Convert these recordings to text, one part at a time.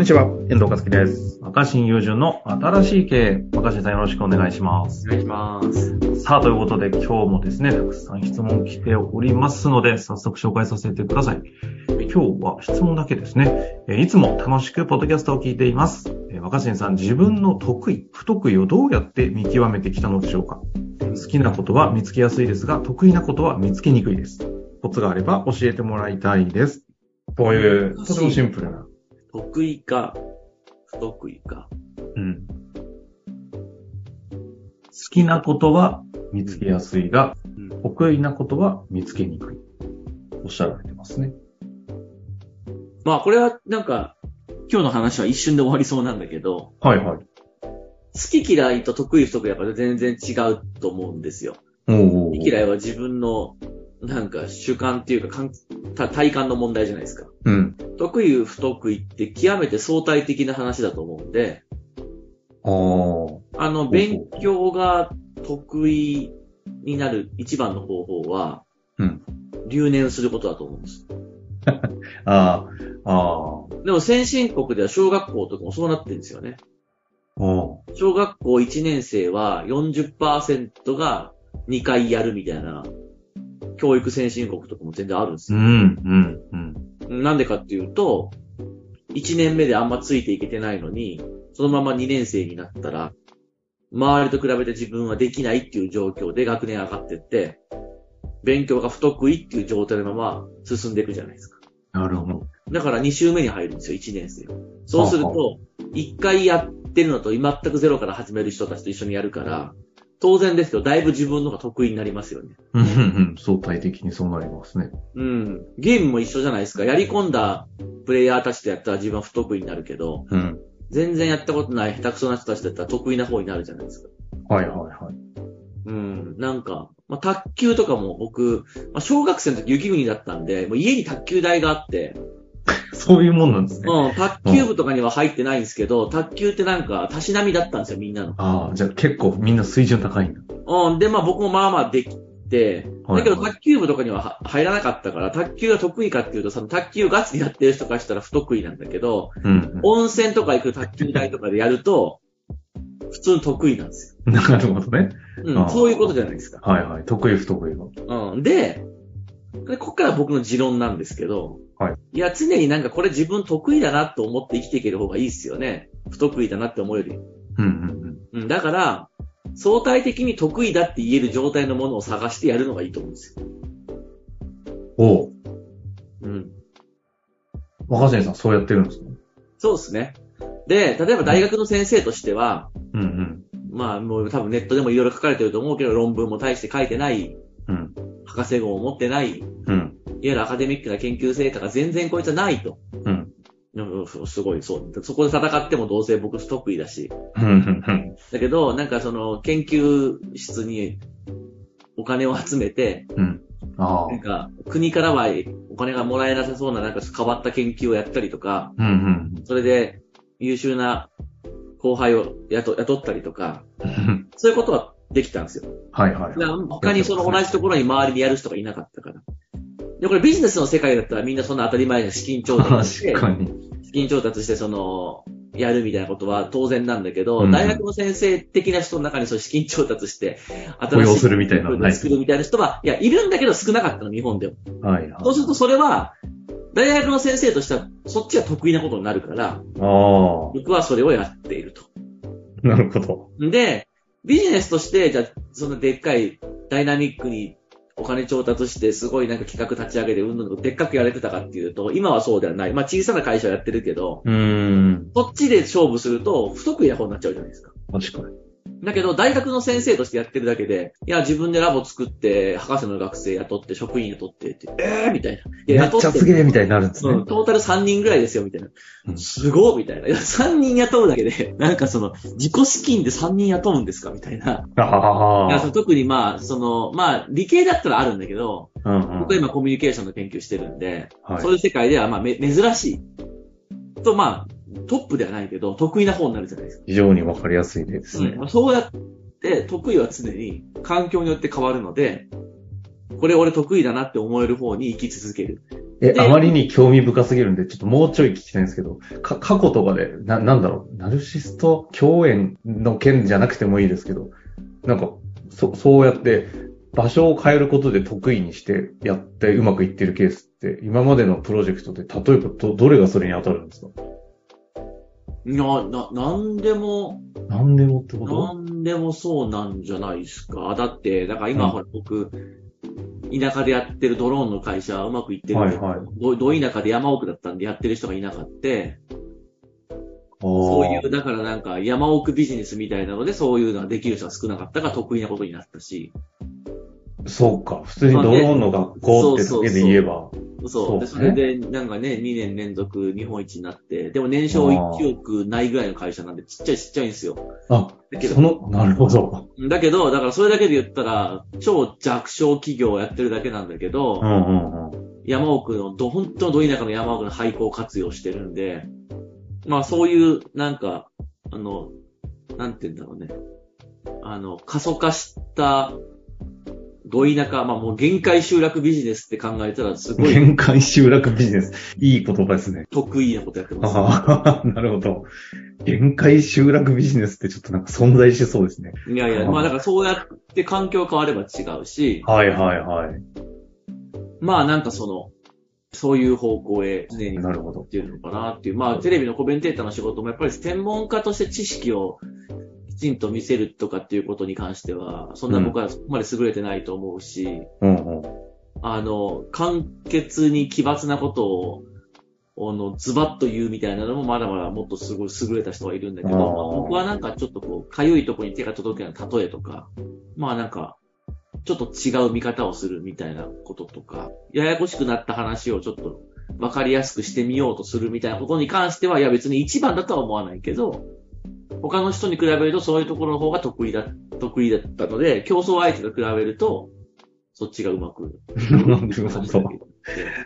にちは、遠藤和樹です。若新友人の新しい経営、若新さんよろしくお願いします。お願いします。さあ、ということで今日もですね、たくさん質問来ておりますので、早速紹介させてください。え今日は質問だけですね。えいつも楽しくポッドキャストを聞いています。え若新さん、自分の得意、不得意をどうやって見極めてきたのでしょうか好きなことは見つけやすいですが、得意なことは見つけにくいです。コツがあれば教えてもらいたいです。こういう、とてもシンプルな。得意か、不得意か。うん。好きなことは見つけやすいが、うん得意なことは見つけにくい。おっしゃられてますね。まあこれはなんか、今日の話は一瞬で終わりそうなんだけど、はいはい。好き嫌いと得意不得意やっぱり全然違うと思うんですよ。お好ーき嫌いは自分のなんか主観っていうか感た体感の問題じゃないですか。うん。得意不得意って極めて相対的な話だと思うんで、あーあの、勉強が得意になる一番の方法は、うん留年することだと思うんです。あー。あーでも先進国では小学校とかもそうなってるんですよね。おー小学校1年生は40%が2回やるみたいな教育先進国とかも全然あるんですうよ。ん、うん、うん。なんでかっていうと、1年目であんまついていけてないのに、そのまま2年生になったら、周りと比べて自分はできないっていう状況で学年上がってって、勉強が不得意っていう状態のまま進んでいくじゃないですか。なるほど。だから2週目に入るんですよ、1年生は。そうするはあと、1回やってるのと全くゼロから始める人たちと一緒にやるから、当然ですけど、だいぶ自分の方が得意になりますよね。うん、うん。相対的にそうなりますね。うん。ゲームも一緒じゃないですか。やり込んだプレイヤーたちとやったら自分は不得意になるけど、うん。全然やったことない下手くそな人たちだったら得意な方になるじゃないですか。はいはいはい。うん。なんか、まあ、卓球とかも僕、まあ、小学生の時雪国だったんで、もう家に卓球台があって、そういうもんなんですね。うん、卓球部とかには入ってないんですけど、卓球ってなんか、たしなみだったんですよ、みんなの。ああ、じゃあ結構みんな水準高いんだ。うん、で、まあ僕もまあまあできて、はいだけど卓球部とかにはは入らなかったから、卓球が得意かっていうと、その卓球ガツやってる人からしたら不得意なんだけど、うん、温泉とか行く卓球台とかでやると、普通に得意なんです うん。なるほどね。よ。うあん、ーそういうことじゃないですか。はいはい。得意不得意が。うん、で、でここから僕の持論なんですけど、はい。いや、常になんかこれ自分得意だなと思って生きていける方がいいですよね。不得意だなって思うより。うん、うん、うん、だから、相対的に得意だって言える状態のものを探してやるのがいいと思うんですよ。うん。おううん。若新さん、そうやってるんですね。そうですね。で、例えば大学の先生としては、うんまあもう多分ネットでもいろいろ書かれてると思うけど、論文も大して書いてない、うん。うん。博士号を持ってない、いわうん。ゆるアカデミックな研究成果が全然こいつはないと。うん。うんうんすごい、そう。そこで戦ってもどうせ僕不得意だし。うん。うん。だけど、なんかその研究室にお金を集めて、うん。ああ。なんか、国からはお金がもらえなさそうな、なんか変わった研究をやったりとか、うん。うんそれで優秀な後輩を雇雇ったりとか、うん。そういうことはできたんですよ。はいはいだかはい。ら他にその同じところに周りにやる人がいなかったから。で、これビジネスの世界だったらみんなそんな当たり前に資金調達確して、かに。資金調達してその、やるみたいなことは当然なんだけど、うん大学の先生的な人の中にそう資金調達して、雇新用しすいるみたいなのはない。作るみたいな人は、いや、いるんだけど少なかったの、日本では。はいはい。そうするとそれは、大学の先生としては、そっちが得意なことになるから、あ僕はそれをやっていると。あ。なるほど。んで、ビジネスとして、じゃあそんなでっかいダイナミックにお金調達して、すごいなんか企画立ち上げて、うんぬんとでっかくやれてたかっていうと、今はそうではない。まあ小さな会社をやってるけど、うーん。そっちで勝負すると、不得意な方になっちゃうじゃないですか。確かに。だけど、大学の先生としてやってるだけで、いや、自分でラボ作って、博士の学生雇って、職員雇ってって、えーみたいな。いやめっ雇ちゃてすげえみたいになるんですうねん、。トータル3人ぐらいですよ、みたいなう。んすごい、みたいな。いや、3人雇うだけで、なんかその、自己資金で3人雇うんですか、みたいな。あなんかそあの。特にまあ、その、まあ、理系だったらあるんだけど、うんうん僕は今コミュニケーションの研究してるんで、はいそういう世界ではまあ、め珍しい。と、まあ、トップではないけど、得意な方になるじゃないですか。非常にわかりやすいですうんね。まあそうやって、得意は常に環境によって変わるので、これ俺得意だなって思える方に行き続ける。え、であまりに興味深すぎるんで、ちょっともうちょい聞きたいんですけど、か、過去とかで、な、なんだろう、ナルシスト共演の件じゃなくてもいいですけど、なんか、そ、そうやって、場所を変えることで得意にしてやってうまくいってるケースって、今までのプロジェクトで、例えばど、どれがそれに当たるんですかな、な、なんでも、なんでもってこなとんでもそうなんじゃないですか。だって、だからう今、んほら、僕、田舎でやってるドローンの会社はうまくいってるはんいで、はい。ど、ど田舎で山奥だったんでやってる人がいなかって、そういあう、だからなんか山奥ビジネスみたいなので、そういうのができる人が少なかったが得意なことになったし、あ、そうか。普通にドローンの学校ってだけで言えば。そう。で、そそうねれで、なんかね、2年連続日本一になって、でも年商1億ないぐらいの会社なんで、ちっちゃいちっちゃいんですよ。あ、だけどその、なるほど。だけど、だからそれだけで言ったら、超弱小企業をやってるだけなんだけど、うんうんうん。山奥のど、本当のど田舎の山奥の廃校を活用してるんで、まあそういう、なんか、あの、なんて言うんだろうね。あの、過疎化した、ど田舎、まあもう限界集落ビジネスって考えたらすごい限界集落ビジネス。いい言葉ですね。得意なことやってます。あ あ、なるほど。限界集落ビジネスってちょっとなんか存在しそうですね。いやいや、まあだからそうやって環境変われば違うし、はいはいはい。まあなんかその、そういう方向へ常になるほど。っていうのかなっていう。まあ、テレビのコメンテーターの仕事もやっぱり専門家として知識をきちんと見せるとかっていうことに関しては、そんな僕はそこまで優れてないと思うし、うんうん。あの、簡潔に奇抜なことを、あの、ズバッと言うみたいなのもまだまだもっとすごい優れた人はいるんだけど、あーまあ僕はなんかちょっとこう、かゆいところに手が届くような例えとか、まあなんか、ちょっと違う見方をするみたいなこととか、ややこしくなった話をちょっと分かりやすくしてみようとするみたいなことに関しては、いや別に一番だとは思わないけど、他の人に比べるとそういうところの方が得意だ、得意だったので、競争相手と比べると、そっちがうまく なるほど。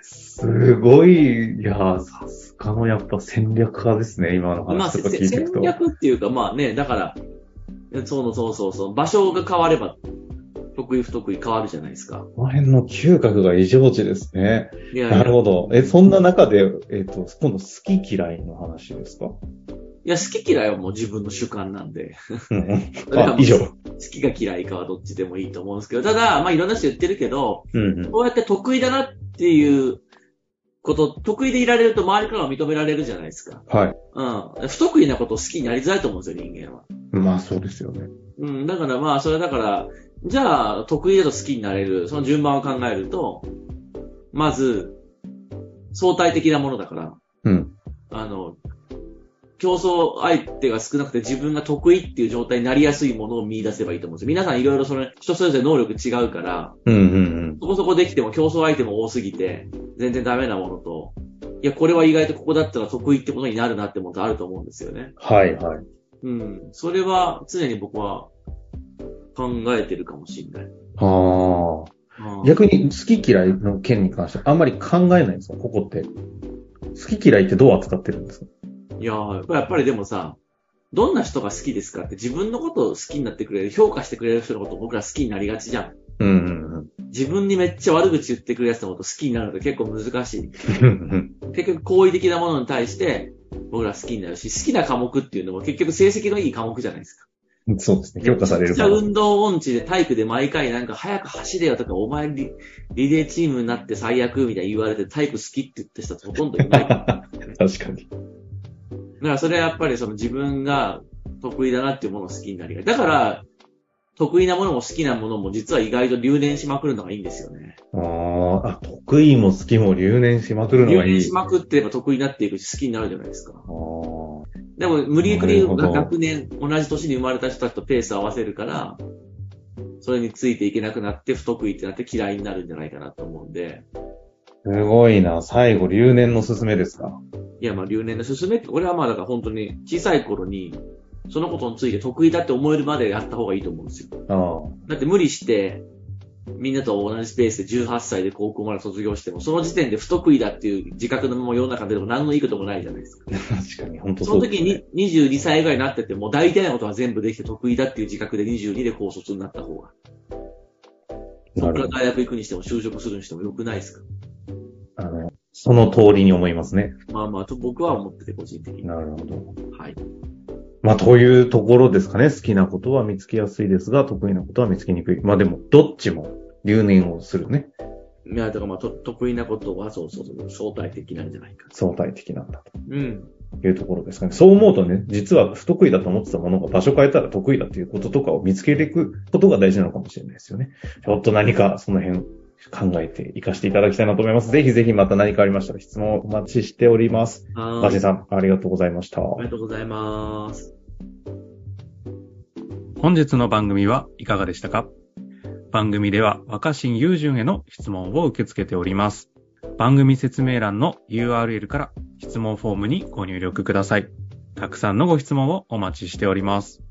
すごい、いやーさすがのやっぱ戦略家ですね、今のまあ、話せとか聞いていく戦と。略っていうか、まあね、だから、そうのそうそうそう、場所が変われば、得意不得意変わるじゃないですか。この辺の嗅覚が異常値ですね。いやいなや、るいほど。え、そんな中で、えっ、と、今度好き嫌いの話ですか や好き嫌いはもう自分の主観なんで、うんそれはあも、う以上。好きか嫌いかはどっちでもいいと思うんですけど、ただ、まあいろんな人言ってるけど、うんうん。こうやって得意だなっていうこと、得意でいられると周りからは認められるじゃないですか。はい。うん。不得意なことを好きになりづらいと思うんですよ、人間は。まあそうですよね。うん、だからまあ、それだから、じゃあ、得意だと好きになれる、その順番を考えると、まず、相対的なものだから、うん。あの、競争相手が少なくて自分が得意っていう状態になりやすいものを見出せばいいと思うんですよ。皆さんいろいろそれ、人それぞれ能力違うから、うんうんそこそこできても競争相手も多すぎて、全然ダメなものと、いや、これは意外とここだったら得意ってことになるなってものとあると思うんですよね。うん。はいはい。うん。それは常に僕は考えてるかもしれない。ああ。うん逆に好き嫌いの件に関してあんまり考えないんですかここって。好き嫌いってどう扱ってるんですかいやーやっぱりでもさ、どんな人が好きですかって自分のことを好きになってくれる、評価してくれる人のことを僕ら好きになりがちじゃん。うんうん自分にめっちゃ悪口言ってくるやつのこと好きになるのって結構難しい。うん。結局好意的なものに対して僕ら好きになるし、好きな科目っていうのも結局成績のいい科目じゃないですか。そうですね。評価されるじかゃあら。運動音痴で体育で毎回なんか早く走れよとか、お前リリレーチームになって最悪みたいに言われて体育好きって言った人ってほとんどいな い。だか確かに。らそれはやっぱりその自分が得意だなっていうものを好きになりがちだから、得意なものも好きなものも実は意外と留年しまくるのがいいんですよね。あーあ、得意も好きも留年しまくるの留がい年い。しまくってれば得意になっていくし好きになるじゃないですか。あーでも無理くりなるほど学年、同じ年に生まれた人たちとペースを合わせるから、それについていけなくなって不得意ってなって嫌いになるんじゃないかなと思うんで。すごいな。最後、留年のすすめですか。いや、まあ、留年の勧めって、俺はまあ、だから本当に小さい頃に、そのことについて得意だって思えるまでやった方がいいと思うんですよ。ああ。だって無理して、みんなと同じスペースで18歳で高校まで卒業しても、その時点で不得意だっていう自覚のまま世の中でも何のいいこともないじゃないですか。確かに、本当そそうのです時に22歳ぐらいになってて、もう大体のことは全部できて得意だっていう自覚で22で高卒になった方が。そなこるかほらど。大学行くにしても就職するにしても良くないですかあの、その通りに思いますね。まあまあ、と僕は思ってて、個人的に。なるほど。はい。まあ、というところですかね。好きなことは見つけやすいですが、得意なことは見つけにくい。まあでも、どっちも留年をするね。いや、だからまあ、と得意なことは、そうそうそう、相対的なんじゃないか。相対的なんだうん。というところですかね。そう思うとね、実は不得意だと思ってたものが場所変えたら得意だっていうこととかを見つけていくことが大事なのかもしれないですよね。ちょっと何かその辺考えて活かしていただきたいなと思います。ぜひぜひまた何かありましたら質問お待ちしております。はバーシい。さん、ありがとうございました。ありがとうございます。本日の番組はいかがでしたか番組では若新雄純への質問を受け付けております。番組説明欄の URL から質問フォームにご入力ください。たくさんのご質問をお待ちしております。